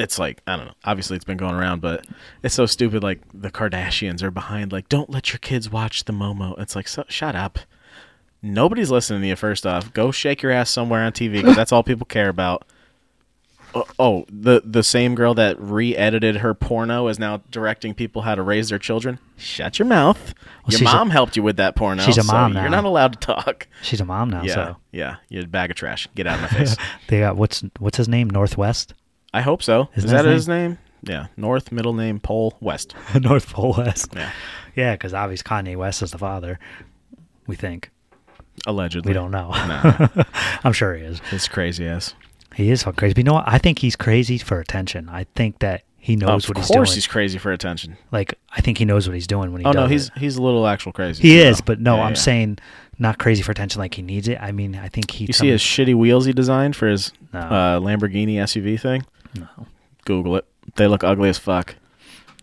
it's like I don't know. Obviously, it's been going around, but it's so stupid. Like the Kardashians are behind. Like, don't let your kids watch the Momo. It's like, so, shut up. Nobody's listening to you. First off, go shake your ass somewhere on TV because that's all people care about. Oh, oh, the the same girl that re-edited her porno is now directing people how to raise their children. Shut your mouth. your she's a- mom helped you with that porno. she's a so mom now. You're not allowed to talk. she's a mom now Yeah, so yeah. You're a bag of trash. Get out of my face. they got what's what's his name northwest I hope so. Isn't Is that that his his name? Yeah. North, middle name, pole, west. north pole west Yeah. yeah because obviously kanye west is the father we think Allegedly. we don't know Nah, i'm sure he is it's crazy ass. he is fucking crazy but you know what i think he's crazy for attention i think that he knows of what he's doing course, he's crazy for attention. like i think he knows what he's doing when he Oh does no, it. he's he's a little actual crazy. He too, is, though. but no, Yeah, I'm yeah. saying not crazy for attention like he needs it. I mean, I think he. You see his shitty wheels he designed for his No. uh, Lamborghini SUV thing? Google it. They look ugly as fuck.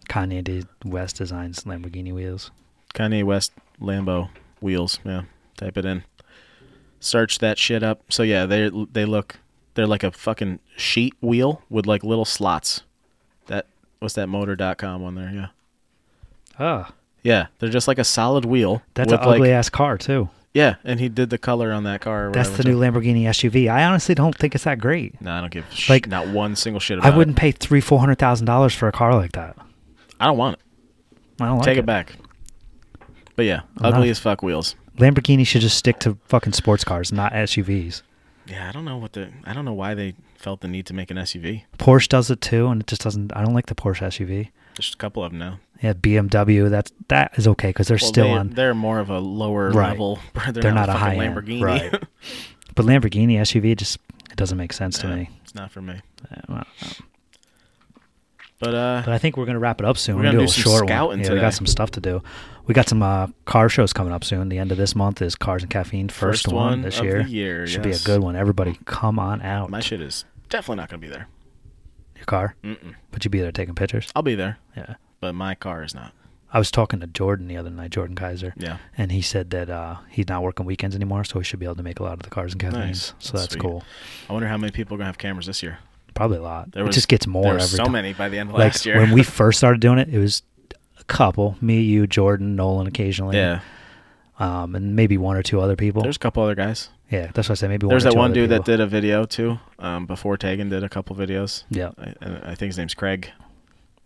Kanye did West designs Lamborghini wheels. Kanye West Lambo wheels. Yeah, type it in. Search that shit up. So yeah, they they look they're like a fucking sheet wheel with like little slots. That what's that motor.com one there? Yeah. Oh, Yeah, they're just like a solid wheel. That's Ah, with an ugly like, ass car too. Yeah, and he did the color on that car. Or That's whatever, the too. new Lamborghini SUV. I honestly don't think it's that great. No, I don't give sh- Like, not one single shit about I wouldn't pay three four hundred thousand dollars for a car like that. it. I don't want it. I don't like Take it. it back. But yeah, I'm ugly not- as fuck wheels. Lamborghini should just stick to fucking sports cars, not SUVs. Yeah, I don't know what the I don't know why they felt the need to make an SUV. Porsche does it too, and it just doesn't. I don't like the Porsche SUV. There's a couple of them now. Yeah, BMW. That's that is okay because they're Well, still they, on. They're more of a lower Right. level. They're, They're not, a high fucking end. Lamborghini. Right. but Lamborghini SUV just it doesn't make sense to Yeah, me. It's not for me. Yeah, well, But uh, But I think we're gonna wrap it up soon. We're We're gonna gonna do a some short one. scouting Yeah, we today. got some stuff to do. We got some uh, car shows coming up soon. The end of this month is Cars and Caffeine, first, First one, one this of the year. year, Should yes. be a good one. Everybody, come on out. my shit is definitely not gonna be there. Your car, Mm-mm. but you be there taking pictures. I'll be there, Yeah. but my car is not. I was talking to Jordan the other night, Jordan Kaiser. Yeah. And he said that uh, he's not working weekends anymore, so he should be able to make a lot of the cars and caffeine. Nice. So that's Sweet. cool. I wonder how many people are gonna have cameras this year. Probably a lot. There it was- just gets more there were every so time. many by the end of Like last year. when we first started doing it, it was a couple: me, you, Jordan, Nolan, occasionally, yeah, um, and maybe one or two other people. there's a couple other guys. yeah, that's what I said. Maybe There's one or that two one other dude that people. did a video too. Um, before Tegan did a couple videos. Yeah, I, and I think his name's Craig.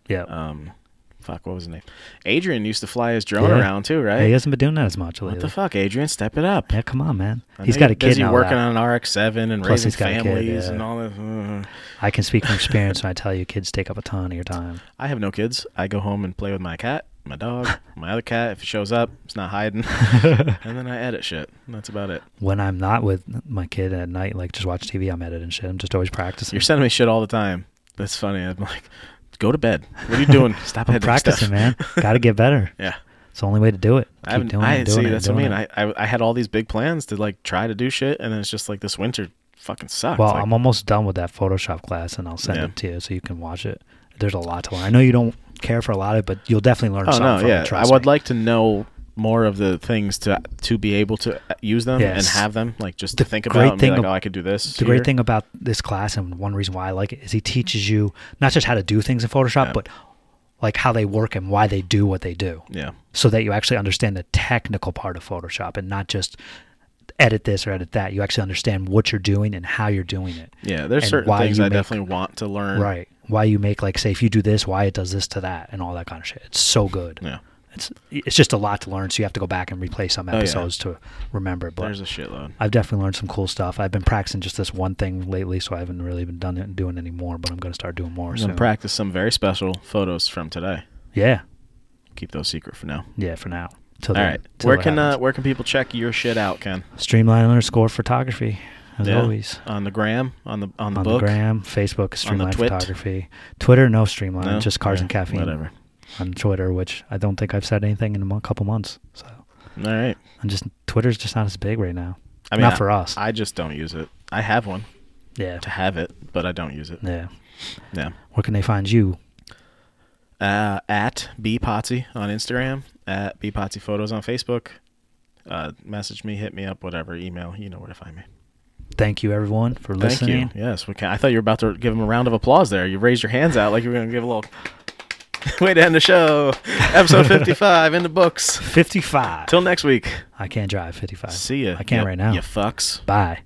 yeah. Um, fuck, what was his name? Adrian used to fly his drone Yeah. around too, Yeah, right? he hasn't been doing that as much what lately. the fuck, Adrian? Step it up. yeah, come on, man. I He's know got you're a kid busy now. working that. on an RX-7 and Plus raising he's got a kid, families yeah. and all that. Mm. I can speak from experience when I tell you, kids take up a ton of your time. I have no kids. I go home and play with my cat, my dog, my other cat. If it shows up, it's not hiding. and then I edit shit. And That's about it. When I'm not with my kid at night, like just watch TV, I'm editing shit. I'm just always practicing. You're sending me shit all the time. That's funny. I'm like, go to bed. What are you doing? Stop I'm editing stuff. practicing, man. Got to get better. Yeah. It's the only way to do it. I Keep haven't. doing I it, see. doing it, that's what I doing mean. it. I, I I had all these big plans to like try to do shit, and then it's just like this winter fucking sucks. Well, like, I'm almost done with that Photoshop class, and I'll send Yeah. it to you so you can watch it. There's a lot to learn. I know you don't care for a lot of it, but you'll definitely learn oh something no, from yeah. it. I Trust would me. like to know more of the things to to be able to uh, use them and Yes. have them, like just The to think great about and be thing like, ab- oh, I could do this. the great here. thing about this class, and one reason why I like it, is he teaches you not just how to do things in Photoshop, Yeah. but like how they work and why they do what they do, Yeah. so that you actually understand the technical part of Photoshop and not just edit this or edit that. You actually understand what you're doing and how you're doing it. Yeah. There's and certain why things you I make- definitely want to learn. Right. Why you make like say if you do this, why it does this to that, and all that kind of shit. It's so good. Yeah. It's it's just a lot to learn, so you have to go back and replay some Oh, yeah. episodes to remember. But There's a shitload. I've definitely learned some cool stuff. I've been practicing just this one thing lately, so I haven't really been done it, doing any more. But I'm gonna start doing more I'm soon. gonna practice some very special photos from today. yeah, Keep those secret for now. yeah. For now. Till All then- right. till Where it can uh, happens. where can people check your shit out, Ken? streamline underscore photography as Yeah. always On the gram, on the on the on book, the gram, Facebook, streamline twit? photography, Twitter, no streamline, No? just cars Yeah, and caffeine Whatever. on Twitter, which I don't think I've said anything in a mo- couple months. So All right. I'm just Twitter's just not as big right now. I mean, not I- for us. I just don't use it. I have one yeah, to have it, but I don't use it. yeah. Yeah. Where can they find you? Uh, at bpotsy on Instagram, at bpotsy photos on Facebook. Uh, message me, hit me up, whatever, email. You know where to find me. Thank you everyone for listening. Thank you. Yes, we can. I thought you were about to give him a round of applause there. You raised your hands out like you were going to give a little. Way to end the show. Episode 55 in the books. Fifty-five. Till next week. I can't drive fifty-five. See ya. I can't ya- right now. You fucks. Bye.